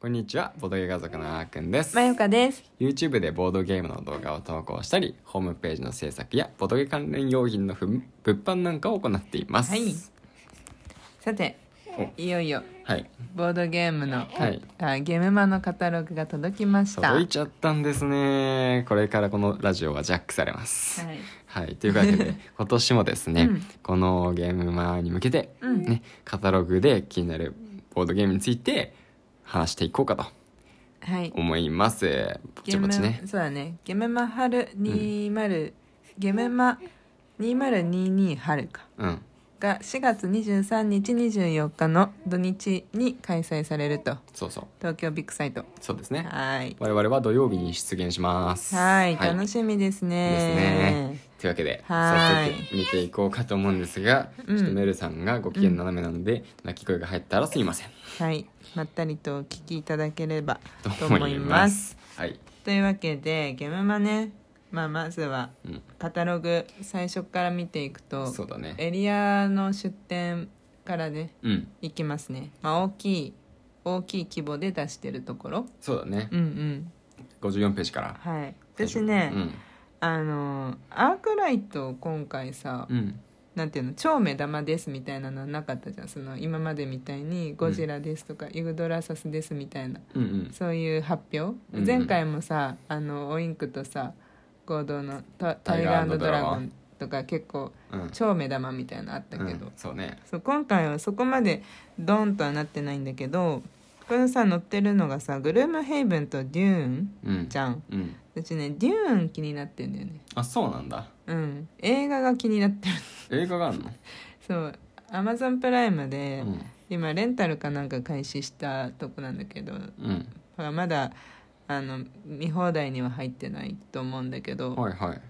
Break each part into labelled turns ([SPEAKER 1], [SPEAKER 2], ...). [SPEAKER 1] こんにちは、ボードゲー家族のあーくんです。
[SPEAKER 2] まよかです。
[SPEAKER 1] YouTube でボードゲームの動画を投稿したり、ホームページの制作やボードゲー関連用品のふん物販なんかを行っています。
[SPEAKER 2] はいさて、
[SPEAKER 1] お
[SPEAKER 2] いよいよ
[SPEAKER 1] はい。
[SPEAKER 2] ボードゲームの、
[SPEAKER 1] はい
[SPEAKER 2] あゲームマンのカタログが届きました。
[SPEAKER 1] 届いちゃったんですね。これからこのラジオはジャックされます。
[SPEAKER 2] はい。
[SPEAKER 1] はい、というわけ で今年もですね、
[SPEAKER 2] うん
[SPEAKER 1] このゲームマーに向けて、
[SPEAKER 2] うん
[SPEAKER 1] ね、カタログで気になるボードゲームについて話していこうかと
[SPEAKER 2] はい。
[SPEAKER 1] 思います。ぼ
[SPEAKER 2] ゲ
[SPEAKER 1] ち
[SPEAKER 2] ー
[SPEAKER 1] ぼ
[SPEAKER 2] ム
[SPEAKER 1] ちね。
[SPEAKER 2] そうだね。ゲームマ春20、ゲームマ2022春か。
[SPEAKER 1] うん。
[SPEAKER 2] が4月23日24日の土日に開催されると
[SPEAKER 1] そうそう。
[SPEAKER 2] 東京ビッグサイト
[SPEAKER 1] そうですね。
[SPEAKER 2] はい
[SPEAKER 1] 我々は土曜日に出現します。
[SPEAKER 2] はい
[SPEAKER 1] はい
[SPEAKER 2] 楽しみです
[SPEAKER 1] です
[SPEAKER 2] ね
[SPEAKER 1] ね。というわけで、
[SPEAKER 2] は
[SPEAKER 1] 早
[SPEAKER 2] い
[SPEAKER 1] 速見ていこうかと思うんですが、
[SPEAKER 2] うん
[SPEAKER 1] ちょっとメルさんがご機嫌斜めなので、泣き声が入ったらすいません。
[SPEAKER 2] はいまったりとお聞きいただければ
[SPEAKER 1] と
[SPEAKER 2] と
[SPEAKER 1] 思
[SPEAKER 2] 思
[SPEAKER 1] い
[SPEAKER 2] い
[SPEAKER 1] ま
[SPEAKER 2] ます
[SPEAKER 1] す。はい。
[SPEAKER 2] というわけでゲームマネ、まあ、まずは
[SPEAKER 1] うん。
[SPEAKER 2] カタログ最初から見ていくと
[SPEAKER 1] そうだね。
[SPEAKER 2] エリアの出店からね
[SPEAKER 1] うん。
[SPEAKER 2] いきますね、まあ、大きい大きい規模で出してるところ
[SPEAKER 1] そうだね
[SPEAKER 2] う。んうん
[SPEAKER 1] 54ページから。
[SPEAKER 2] はい私ね、
[SPEAKER 1] うん。
[SPEAKER 2] あのアークライトを今回さ、
[SPEAKER 1] うん。
[SPEAKER 2] なんていうの超目玉ですみたいなのはなかったじゃんその今までみたいにゴジラですとか、イグドラサスですみたいな
[SPEAKER 1] うんうん。
[SPEAKER 2] そういう発表、
[SPEAKER 1] うんうん
[SPEAKER 2] 前回もさあのオインクとさ合同のタ「タ
[SPEAKER 1] タイ
[SPEAKER 2] イ
[SPEAKER 1] ガ
[SPEAKER 2] ガ
[SPEAKER 1] ー
[SPEAKER 2] ー
[SPEAKER 1] ド
[SPEAKER 2] ド
[SPEAKER 1] ラ
[SPEAKER 2] ラ
[SPEAKER 1] ゴ
[SPEAKER 2] ゴ
[SPEAKER 1] ン
[SPEAKER 2] ン」とか結構
[SPEAKER 1] うん。
[SPEAKER 2] 超目玉みたいなのあったけど、
[SPEAKER 1] うんそうね。
[SPEAKER 2] そう今回はそこまでドンとはなってないんだけどこのさ載ってるのがさ「グルームヘイブン」と「デューン
[SPEAKER 1] うん」。
[SPEAKER 2] じゃん
[SPEAKER 1] うん。
[SPEAKER 2] 私ね「デューン」気になってんだよね
[SPEAKER 1] あ、そうなんだ。
[SPEAKER 2] うん映画が気になってる
[SPEAKER 1] 映画があるの。
[SPEAKER 2] そうアマゾンプライムで、
[SPEAKER 1] うん。
[SPEAKER 2] 今レンタルかなんか開始したとこなんだけど
[SPEAKER 1] うん。
[SPEAKER 2] まあまだあの見放題には入ってないと思うんだけど、
[SPEAKER 1] はいはい。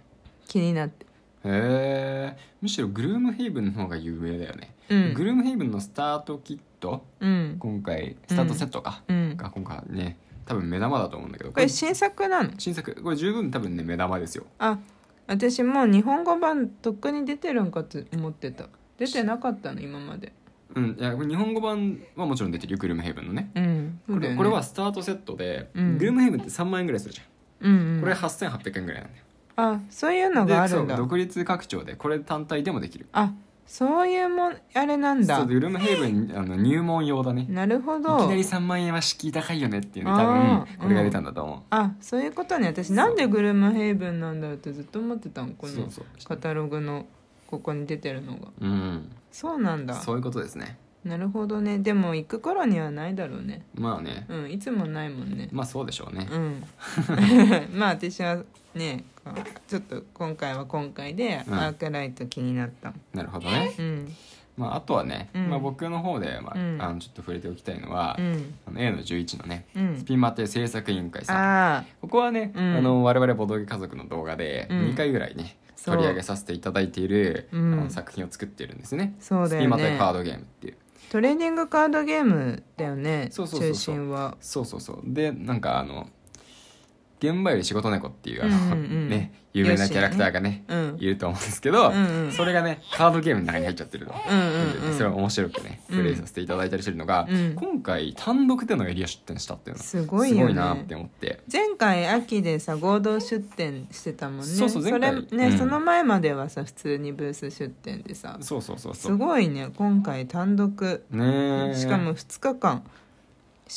[SPEAKER 2] 気になって
[SPEAKER 1] へえ。むしろグルームヘイブンの方が有名だよね。
[SPEAKER 2] うん
[SPEAKER 1] グルームヘイブンのスタートキット。
[SPEAKER 2] うん
[SPEAKER 1] 今回スタートセットか、
[SPEAKER 2] うん
[SPEAKER 1] が今回ね多分目玉だと思うんだけど
[SPEAKER 2] これ新作なの
[SPEAKER 1] 新作これ十分多分ね目玉ですよ
[SPEAKER 2] あ私もう日本語版とっくに出てるんかと思ってた出てなかったの今まで
[SPEAKER 1] うんいやこれ日本語版はもちろん出てるよグルムヘイブンのね
[SPEAKER 2] うん
[SPEAKER 1] こ
[SPEAKER 2] そうだ
[SPEAKER 1] れ
[SPEAKER 2] よね
[SPEAKER 1] これはスタートセットで、
[SPEAKER 2] うん
[SPEAKER 1] グルムヘイブンって3万円ぐらいするじゃ
[SPEAKER 2] うん、うんん、
[SPEAKER 1] これ8800円ぐらいなんだよ、
[SPEAKER 2] あそういうのが
[SPEAKER 1] で
[SPEAKER 2] あ
[SPEAKER 1] そ
[SPEAKER 2] るん
[SPEAKER 1] う
[SPEAKER 2] だ
[SPEAKER 1] 独立拡張でこれ単体でもできる
[SPEAKER 2] あそういうもんあれなん
[SPEAKER 1] そ
[SPEAKER 2] だ
[SPEAKER 1] うグルムヘイブンあの入門用だね
[SPEAKER 2] なるほ
[SPEAKER 1] いき
[SPEAKER 2] ど
[SPEAKER 1] なり3万円は敷居高いよねっていうね多分
[SPEAKER 2] あー
[SPEAKER 1] これが出たんだと思
[SPEAKER 2] あそういうことね私なんでグルムヘイブンなんだろうってずっと思ってたん
[SPEAKER 1] う、
[SPEAKER 2] こ
[SPEAKER 1] そう
[SPEAKER 2] の
[SPEAKER 1] そう
[SPEAKER 2] カタログのここに出てるのが
[SPEAKER 1] うん
[SPEAKER 2] そうなんだ
[SPEAKER 1] そういうことですね
[SPEAKER 2] なるほどねでも行く頃にはないだろうね
[SPEAKER 1] まあね
[SPEAKER 2] うんいつもないもんね
[SPEAKER 1] まあそうでしょうね
[SPEAKER 2] うん まあ私はねこうちょっと今回は今回で
[SPEAKER 1] うん
[SPEAKER 2] アークライト気になった
[SPEAKER 1] なるほどね
[SPEAKER 2] うん
[SPEAKER 1] まあ、あとはね、
[SPEAKER 2] うん
[SPEAKER 1] まあ、僕の方で、まあ
[SPEAKER 2] うん
[SPEAKER 1] あのちょっと触れておきたいのは、
[SPEAKER 2] うん
[SPEAKER 1] あの A の11のね、
[SPEAKER 2] うん
[SPEAKER 1] スピンマテ制作委員会さん
[SPEAKER 2] ああ
[SPEAKER 1] ここはね、
[SPEAKER 2] うん
[SPEAKER 1] あの我々ボドゲ家族の動画で
[SPEAKER 2] うん
[SPEAKER 1] 2回ぐらいね、
[SPEAKER 2] そう
[SPEAKER 1] 取り上げさせていただいている、
[SPEAKER 2] うん
[SPEAKER 1] あの作品を作ってるんですね。
[SPEAKER 2] そうだ
[SPEAKER 1] スピ
[SPEAKER 2] よ
[SPEAKER 1] マテ
[SPEAKER 2] ね
[SPEAKER 1] カードゲームっていう
[SPEAKER 2] トレーニングカードゲームだよね
[SPEAKER 1] そうそうそうそう
[SPEAKER 2] 中心は
[SPEAKER 1] そうそうそうでなんかあの現場より仕事猫っていうあの、
[SPEAKER 2] うんうんうん
[SPEAKER 1] ね有名なキャラクターがね
[SPEAKER 2] うん
[SPEAKER 1] いると思うんですけど、
[SPEAKER 2] うんうん
[SPEAKER 1] それがねカードゲームの中に入っちゃってるの。
[SPEAKER 2] うんうん
[SPEAKER 1] で
[SPEAKER 2] う
[SPEAKER 1] ね
[SPEAKER 2] ん
[SPEAKER 1] それは面白くね
[SPEAKER 2] うん
[SPEAKER 1] プレイさせていただいたりするのが、
[SPEAKER 2] うん
[SPEAKER 1] 今回単独でのエリア出店したっていうのは
[SPEAKER 2] すごいよね
[SPEAKER 1] なって思って
[SPEAKER 2] 前回秋でさ合同出店してたもんね
[SPEAKER 1] そうそう前回
[SPEAKER 2] それね、
[SPEAKER 1] うん
[SPEAKER 2] その前まではさ普通にブース出店でさ
[SPEAKER 1] そうそうそうそ
[SPEAKER 2] す
[SPEAKER 1] う
[SPEAKER 2] ごいね今回単独
[SPEAKER 1] ねえ
[SPEAKER 2] しかも2日間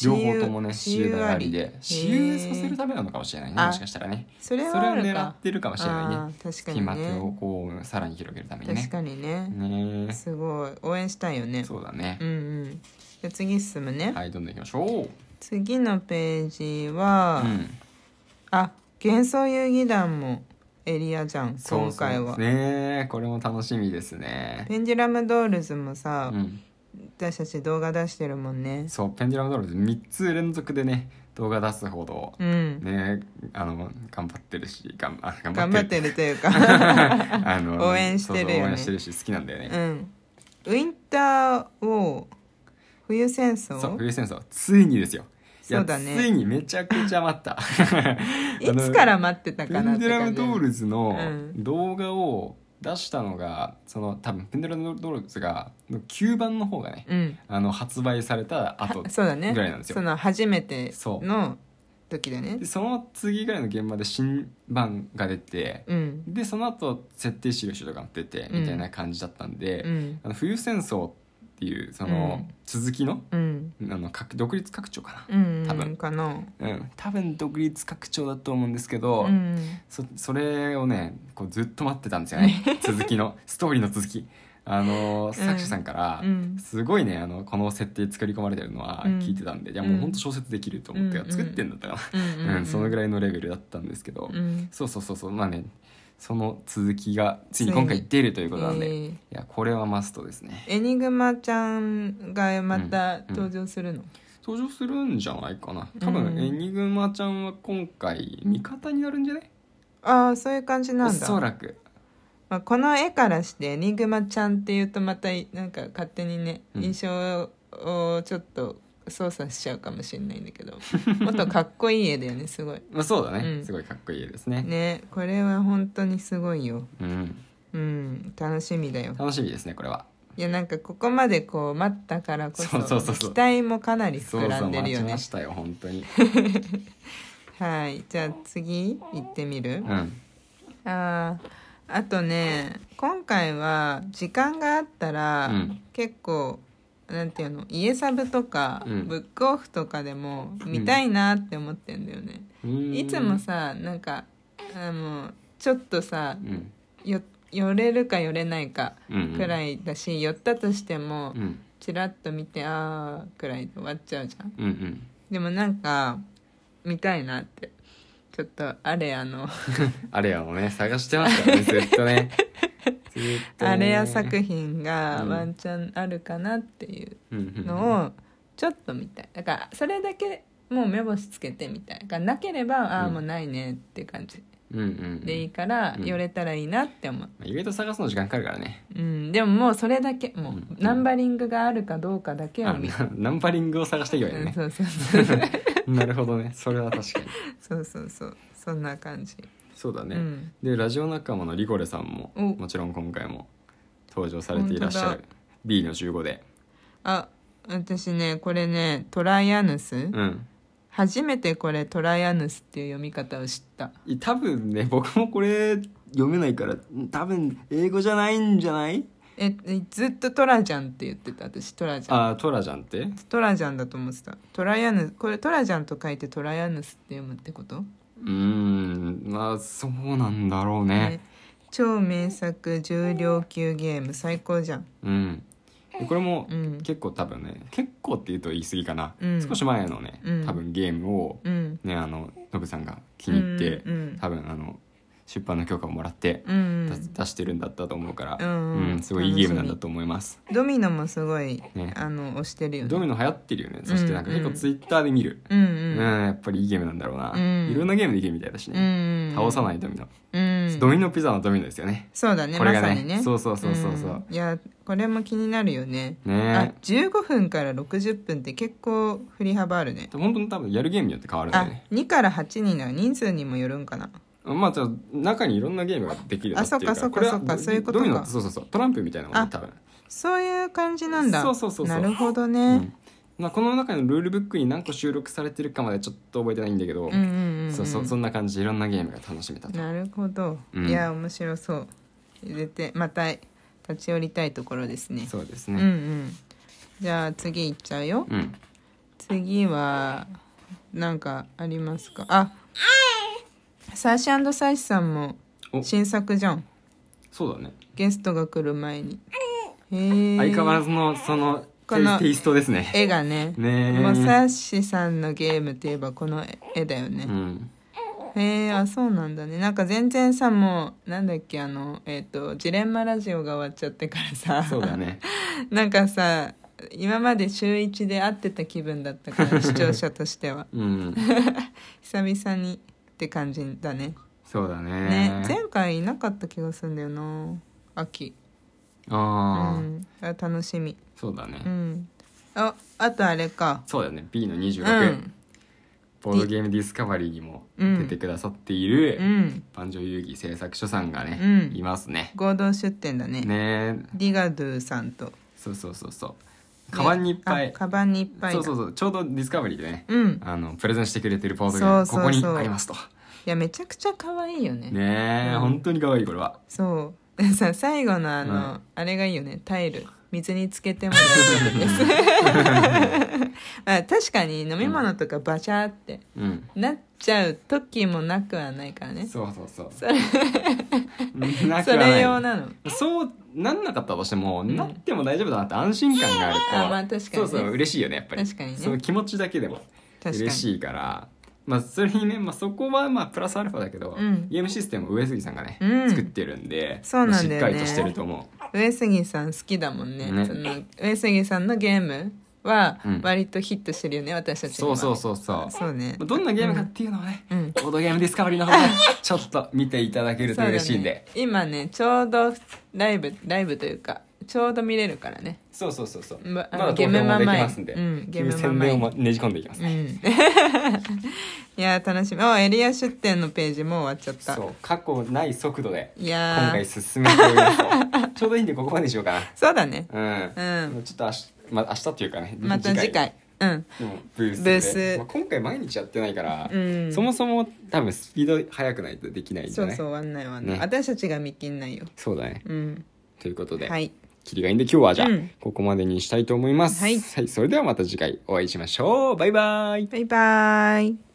[SPEAKER 1] 両方ともね
[SPEAKER 2] 私
[SPEAKER 1] 私
[SPEAKER 2] 有
[SPEAKER 1] 有がありで私有させる
[SPEAKER 2] へえ
[SPEAKER 1] ためなのかもしれないね
[SPEAKER 2] あ
[SPEAKER 1] もしかしたらね
[SPEAKER 2] それ
[SPEAKER 1] そ
[SPEAKER 2] は
[SPEAKER 1] れ
[SPEAKER 2] あ
[SPEAKER 1] を
[SPEAKER 2] る
[SPEAKER 1] 狙っ
[SPEAKER 2] か
[SPEAKER 1] てるかもしれない
[SPEAKER 2] あ
[SPEAKER 1] ね
[SPEAKER 2] ー確か
[SPEAKER 1] 決
[SPEAKER 2] に
[SPEAKER 1] まってを
[SPEAKER 2] ね
[SPEAKER 1] こうさらに広げるために
[SPEAKER 2] 確
[SPEAKER 1] ね
[SPEAKER 2] かにね
[SPEAKER 1] ね
[SPEAKER 2] すごい応援したいよ
[SPEAKER 1] え
[SPEAKER 2] ね
[SPEAKER 1] そうだね
[SPEAKER 2] うんうんじゃあ次進むね、
[SPEAKER 1] はいどんどんいきましょう
[SPEAKER 2] 次のページ
[SPEAKER 1] う
[SPEAKER 2] は、
[SPEAKER 1] ん
[SPEAKER 2] あ幻想遊戯団もエリアじゃん
[SPEAKER 1] そう
[SPEAKER 2] 今
[SPEAKER 1] そう
[SPEAKER 2] 回は
[SPEAKER 1] ねえこれも楽しみですね
[SPEAKER 2] ペンデュラムドールズも
[SPEAKER 1] う
[SPEAKER 2] さ、
[SPEAKER 1] ん
[SPEAKER 2] 私たち動画出してるもんね
[SPEAKER 1] そうペンデュラムドールズ3つ連続でね動画出すほど
[SPEAKER 2] うん、
[SPEAKER 1] ねあの頑張ってるし頑あ頑
[SPEAKER 2] 頑
[SPEAKER 1] 張っ
[SPEAKER 2] 張って
[SPEAKER 1] る
[SPEAKER 2] てるというか
[SPEAKER 1] あの
[SPEAKER 2] 応援してるよね
[SPEAKER 1] そうそう応援してるし好きなんだよ
[SPEAKER 2] う
[SPEAKER 1] ね、
[SPEAKER 2] んウィンターを冬戦争
[SPEAKER 1] そう冬戦争ついにですよいや
[SPEAKER 2] そうだね
[SPEAKER 1] ついにめちゃくちゃ待った
[SPEAKER 2] いつから
[SPEAKER 1] 待
[SPEAKER 2] 待ってた
[SPEAKER 1] ペ
[SPEAKER 2] かなっ
[SPEAKER 1] ン
[SPEAKER 2] て
[SPEAKER 1] デュラム
[SPEAKER 2] 感じ
[SPEAKER 1] ドールズの
[SPEAKER 2] うん
[SPEAKER 1] 動画を出したのがその多分ペンデルドルズが9番の方がね、
[SPEAKER 2] うん
[SPEAKER 1] あの発売された後
[SPEAKER 2] はそうだね
[SPEAKER 1] ぐらいなんですよ
[SPEAKER 2] その初めて
[SPEAKER 1] そう
[SPEAKER 2] の時だね
[SPEAKER 1] でその次ぐらいの現場で新版が出て、
[SPEAKER 2] うん
[SPEAKER 1] でその後設定資料集とかも出てみたいな感じだったんで、
[SPEAKER 2] うん
[SPEAKER 1] あの冬戦争っていうその
[SPEAKER 2] うん
[SPEAKER 1] 続きの,、
[SPEAKER 2] うん
[SPEAKER 1] あの各独立拡張か
[SPEAKER 2] うんうん
[SPEAKER 1] 多分
[SPEAKER 2] かな
[SPEAKER 1] な、うん、多分独立拡張だと思うんですけど、
[SPEAKER 2] うん
[SPEAKER 1] そそれをねこうずっと待ってたんですよね 続きのストーリーの続きあの作者さんから、
[SPEAKER 2] うん
[SPEAKER 1] すごいねあのこの設定作り込まれてるのは
[SPEAKER 2] うん
[SPEAKER 1] 聞いてたんで、いやもううんほんと小説できると思って、
[SPEAKER 2] うん
[SPEAKER 1] 作ってんだったか
[SPEAKER 2] う
[SPEAKER 1] な、
[SPEAKER 2] ん
[SPEAKER 1] うん
[SPEAKER 2] うん
[SPEAKER 1] そのぐらいのレベルだったんですけど、
[SPEAKER 2] うん
[SPEAKER 1] そうそうそうそうまあねその続きがついに今回出るということなんで、
[SPEAKER 2] え
[SPEAKER 1] い
[SPEAKER 2] ー
[SPEAKER 1] やこれはマストですね
[SPEAKER 2] エニグマちゃんがまた登場するの
[SPEAKER 1] 登場するんじゃないかな多分、
[SPEAKER 2] うん
[SPEAKER 1] エニグマちゃんは今回味方になるんじゃない
[SPEAKER 2] ああそういう感じ
[SPEAKER 1] お
[SPEAKER 2] なんだ
[SPEAKER 1] そらく
[SPEAKER 2] まあ、この絵からして「エニグマちゃん」っていうとまたいなんか勝手にね
[SPEAKER 1] うん
[SPEAKER 2] 印象をちょっと操作しちゃうかもしれないんだけどもっとかっこいい絵だよねすごい
[SPEAKER 1] まあそうだね、
[SPEAKER 2] うん
[SPEAKER 1] すごいかっこいいですね
[SPEAKER 2] ねこれは本当にすごいよ
[SPEAKER 1] うん
[SPEAKER 2] うん楽しみだよ
[SPEAKER 1] 楽しみですねこれはい
[SPEAKER 2] やなんかここまでこう待ったからこそ
[SPEAKER 1] そうそうそうそう
[SPEAKER 2] 期待もかなり
[SPEAKER 1] そう
[SPEAKER 2] 膨ら
[SPEAKER 1] そうん
[SPEAKER 2] でる
[SPEAKER 1] 待
[SPEAKER 2] よ
[SPEAKER 1] ち
[SPEAKER 2] ね
[SPEAKER 1] ましたよ本当に
[SPEAKER 2] はいじゃあ次行ってみる
[SPEAKER 1] うん
[SPEAKER 2] あーあとね今回は時間があったら、
[SPEAKER 1] うん
[SPEAKER 2] 結構なんていうの家サブとか、
[SPEAKER 1] うん
[SPEAKER 2] ブックオフとかでも見たいなって思ってんだよね、
[SPEAKER 1] うん
[SPEAKER 2] いつもさなんかあのちょっとさ
[SPEAKER 1] うん
[SPEAKER 2] よ寄れるか寄れないか
[SPEAKER 1] うん
[SPEAKER 2] くらいだし、寄ったとしても
[SPEAKER 1] うん
[SPEAKER 2] チラッと見てあーくらいで終わっちゃうじゃん
[SPEAKER 1] うんうん
[SPEAKER 2] でもなんか見たいなってちょっとあれあの
[SPEAKER 1] あれやもね探してま したよねずっとねずっとね
[SPEAKER 2] あれや作品が
[SPEAKER 1] うん
[SPEAKER 2] ワンチャンあるかなっていう
[SPEAKER 1] のを
[SPEAKER 2] のをちょっと見たいだからそれだけもう目星つけてみたいだからなければああ
[SPEAKER 1] うん
[SPEAKER 2] もうないねっていう感じ
[SPEAKER 1] うんうん
[SPEAKER 2] でいいから
[SPEAKER 1] うん
[SPEAKER 2] 寄れたらいいなって思う、
[SPEAKER 1] まあ意外と探すの時間かかるからね
[SPEAKER 2] うん、でももうそれだけもううんナンバリングがあるかどうかだけを
[SPEAKER 1] あ
[SPEAKER 2] 見る、
[SPEAKER 1] なナンバリングを探していけばいいよ
[SPEAKER 2] うん
[SPEAKER 1] ね
[SPEAKER 2] そうそうそう
[SPEAKER 1] なるほどねそれは確かに
[SPEAKER 2] そうそうそうそんな感じ、
[SPEAKER 1] そうだね、
[SPEAKER 2] うん
[SPEAKER 1] でラジオ仲間のリコレさんも
[SPEAKER 2] お
[SPEAKER 1] もちろん今回も登場されていらっしゃ
[SPEAKER 2] 本当
[SPEAKER 1] る B の15で
[SPEAKER 2] あ私ねこれねトライアヌス、
[SPEAKER 1] うん
[SPEAKER 2] 初めてこれトライアヌスっていう読み方を知った
[SPEAKER 1] い多分ね僕もこれ読めないから多分英語じゃないんじゃない
[SPEAKER 2] えずっとトラジャンって言ってた私トラジャン
[SPEAKER 1] あトラじゃんって
[SPEAKER 2] トラジャンだと思ってたトライアヌこれトラジャンと書いてトライアヌスって読むってこと、
[SPEAKER 1] うーんまあそうなんだろう
[SPEAKER 2] ね
[SPEAKER 1] ね
[SPEAKER 2] 超名作重量級ゲーム最高じゃん
[SPEAKER 1] うんでこれも
[SPEAKER 2] うん
[SPEAKER 1] 結構多分ね結構って言うと言い過ぎかな、
[SPEAKER 2] うん
[SPEAKER 1] 少し前のね
[SPEAKER 2] うん
[SPEAKER 1] 多分ゲームを
[SPEAKER 2] うん
[SPEAKER 1] ねあのノブさんが気に入って、
[SPEAKER 2] うんうん
[SPEAKER 1] 多分あの出版の許可をもらって
[SPEAKER 2] うんう
[SPEAKER 1] 出,、
[SPEAKER 2] ん
[SPEAKER 1] 出してるんだったと思うから、
[SPEAKER 2] うんうん
[SPEAKER 1] すごいいいゲームなんだと思います
[SPEAKER 2] ドミノもすごい、
[SPEAKER 1] ね
[SPEAKER 2] あの推してるよね
[SPEAKER 1] ドミノ流行ってるよねそしてなんか
[SPEAKER 2] うんうん
[SPEAKER 1] 結構ツイッターで見る、
[SPEAKER 2] うん
[SPEAKER 1] うん
[SPEAKER 2] うん
[SPEAKER 1] やっぱりいいゲームなんだろうな、
[SPEAKER 2] うん
[SPEAKER 1] いろんなゲームできるみたいだし
[SPEAKER 2] う
[SPEAKER 1] ね、
[SPEAKER 2] ん
[SPEAKER 1] 倒さ
[SPEAKER 2] な
[SPEAKER 1] ない
[SPEAKER 2] い、
[SPEAKER 1] ドミノ、
[SPEAKER 2] うん、
[SPEAKER 1] ドミノピザのドミノですよね
[SPEAKER 2] そうだね
[SPEAKER 1] これが
[SPEAKER 2] ま
[SPEAKER 1] ね
[SPEAKER 2] さにね
[SPEAKER 1] そうそうそうそうそう、
[SPEAKER 2] んいやこれも気になるよねあ
[SPEAKER 1] ね
[SPEAKER 2] 15分から60分って結構振り幅あるね
[SPEAKER 1] え本当に多分やるゲームによって変わるんだ
[SPEAKER 2] あ
[SPEAKER 1] よね
[SPEAKER 2] 2から8人なら人数にもよるんかな
[SPEAKER 1] まあじゃあ中にいろんなゲームができるようになってる
[SPEAKER 2] あそっかそっか
[SPEAKER 1] これは
[SPEAKER 2] そっか
[SPEAKER 1] ド
[SPEAKER 2] そういうことか
[SPEAKER 1] ドミノってそうそうそうトランプみたいなもん
[SPEAKER 2] あ
[SPEAKER 1] ね多分
[SPEAKER 2] そういう感じなんだ
[SPEAKER 1] そうそうそうそう
[SPEAKER 2] なるほどね、
[SPEAKER 1] うんまあ、この中のルールブックに何個収録されてるかまでちょっと覚えてないんだけど、
[SPEAKER 2] うんうんうん
[SPEAKER 1] そうそそんな感じでいろんなゲームが楽しめたと
[SPEAKER 2] なるほど、
[SPEAKER 1] うん
[SPEAKER 2] いや面白そう絶対また立ち寄りたいところですね
[SPEAKER 1] そうです
[SPEAKER 2] うんう
[SPEAKER 1] ね
[SPEAKER 2] んじゃあ次行っちゃうよ、
[SPEAKER 1] うん、
[SPEAKER 2] 次はなんかありますかあサーシャサイシさんも
[SPEAKER 1] お
[SPEAKER 2] 新作じゃん
[SPEAKER 1] そうだね
[SPEAKER 2] ゲストが来る前にへえ
[SPEAKER 1] 相変わらずのその
[SPEAKER 2] この
[SPEAKER 1] テイテイストですね
[SPEAKER 2] 絵がね
[SPEAKER 1] ねえ
[SPEAKER 2] もうサッシさんのゲームといえばこの絵だよね、
[SPEAKER 1] うん
[SPEAKER 2] へえあそうなんだねなんか全然さもうなんだっけあのえっ、とジレンマラジオが終わっちゃってからさ
[SPEAKER 1] そうだね
[SPEAKER 2] なんかさ今まで週一で会ってた気分だったから 視聴者としては
[SPEAKER 1] うん
[SPEAKER 2] 久々にって感じだね
[SPEAKER 1] そうだね
[SPEAKER 2] ね前回いなかった気がするんだよな秋う
[SPEAKER 1] ああ、
[SPEAKER 2] んあ楽しみ
[SPEAKER 1] そうだね、
[SPEAKER 2] うんああとあれか
[SPEAKER 1] そうだね B の
[SPEAKER 2] う
[SPEAKER 1] 26、
[SPEAKER 2] ん
[SPEAKER 1] ボードゲームディスカバリーにも出てくださっている、
[SPEAKER 2] うん
[SPEAKER 1] 万丈遊戯製作所さんがね、
[SPEAKER 2] うん
[SPEAKER 1] いますね。
[SPEAKER 2] 合同出店だね
[SPEAKER 1] ねえ
[SPEAKER 2] ディガドゥさんと
[SPEAKER 1] そうそうそうそうカバンにいっぱい、
[SPEAKER 2] あカバンにいっぱい
[SPEAKER 1] そ
[SPEAKER 2] だ
[SPEAKER 1] うそうそうちょうどディスカバリーでね、
[SPEAKER 2] うん
[SPEAKER 1] あのプレゼンしてくれてるボードゲーム
[SPEAKER 2] そうそうそう
[SPEAKER 1] ここにありますと
[SPEAKER 2] いやめちゃくちゃ可愛いよね
[SPEAKER 1] ねえ、
[SPEAKER 2] うん
[SPEAKER 1] 本当に可愛いこれは
[SPEAKER 2] そう でさ最後のあの、
[SPEAKER 1] は
[SPEAKER 2] あれがいいよねタイル水につけても大丈夫です まあ確かに飲み物とかバシャーって
[SPEAKER 1] うん
[SPEAKER 2] なっちゃう時もなくはないからね
[SPEAKER 1] そうそうそう
[SPEAKER 2] それ
[SPEAKER 1] なく
[SPEAKER 2] そ
[SPEAKER 1] はない
[SPEAKER 2] れ用なの
[SPEAKER 1] そうなんなかったとしても、
[SPEAKER 2] ん
[SPEAKER 1] なっても大丈夫だなって安心感があると
[SPEAKER 2] あまあ確かにね
[SPEAKER 1] そうそう嬉しいよねやっぱり
[SPEAKER 2] 確かにね
[SPEAKER 1] その気持ちだけでも
[SPEAKER 2] 確かに
[SPEAKER 1] 嬉しいからまあそれにね、まあ、そこはまあプラスアルファだけど、
[SPEAKER 2] うん
[SPEAKER 1] ゲームシステムを上杉さんがね、
[SPEAKER 2] うん
[SPEAKER 1] 作ってるんで
[SPEAKER 2] そうなんだよね
[SPEAKER 1] まあしっかりとしてると思
[SPEAKER 2] 上杉さん好きだもんね
[SPEAKER 1] ね
[SPEAKER 2] その上杉さんのゲームは
[SPEAKER 1] うん
[SPEAKER 2] 割とヒットしてるよね、私た
[SPEAKER 1] う
[SPEAKER 2] ち
[SPEAKER 1] そうそうそうそう
[SPEAKER 2] そうね
[SPEAKER 1] まあどんなゲームかっていうのはね、
[SPEAKER 2] うん
[SPEAKER 1] ボードゲームディスカバリーの方でちょっと見ていただけると嬉しいんで
[SPEAKER 2] そうだね今ねちょうどライブライブというかちょうど見れるからね
[SPEAKER 1] そうそうそうそう
[SPEAKER 2] まあ
[SPEAKER 1] まだ
[SPEAKER 2] ゲ
[SPEAKER 1] 投
[SPEAKER 2] ー
[SPEAKER 1] 票
[SPEAKER 2] ムマ
[SPEAKER 1] も
[SPEAKER 2] マイ
[SPEAKER 1] できますんで、
[SPEAKER 2] うんゲームママイ
[SPEAKER 1] 宣伝をまねじ込んでいきます、
[SPEAKER 2] うん いやー楽しみあエリア出店のページもう終わっちゃった
[SPEAKER 1] そう過去ない速度で
[SPEAKER 2] い
[SPEAKER 1] 今
[SPEAKER 2] や
[SPEAKER 1] 回
[SPEAKER 2] ー
[SPEAKER 1] 進めております ちょうどいいんでここまでにしようか
[SPEAKER 2] そうだね
[SPEAKER 1] なうん、
[SPEAKER 2] うん
[SPEAKER 1] ちょっと明日,、まあ、明日っていうかね
[SPEAKER 2] また次回うん
[SPEAKER 1] のブースで
[SPEAKER 2] ブース
[SPEAKER 1] まあ、今回毎日やってないから、
[SPEAKER 2] うん
[SPEAKER 1] そもそも多分スピード速くないとできないんじ
[SPEAKER 2] そ
[SPEAKER 1] ゃ
[SPEAKER 2] う
[SPEAKER 1] ない
[SPEAKER 2] そう終わんない終わんない、
[SPEAKER 1] ね
[SPEAKER 2] 私たちが見切んないよ
[SPEAKER 1] そうだね
[SPEAKER 2] うん
[SPEAKER 1] ということで、
[SPEAKER 2] はい
[SPEAKER 1] キリがいいんで今日はじゃあ、
[SPEAKER 2] うん
[SPEAKER 1] ここまでにしたいと思います、
[SPEAKER 2] はい
[SPEAKER 1] それではまた次回お会いしましょうバイバイ
[SPEAKER 2] バイバーイ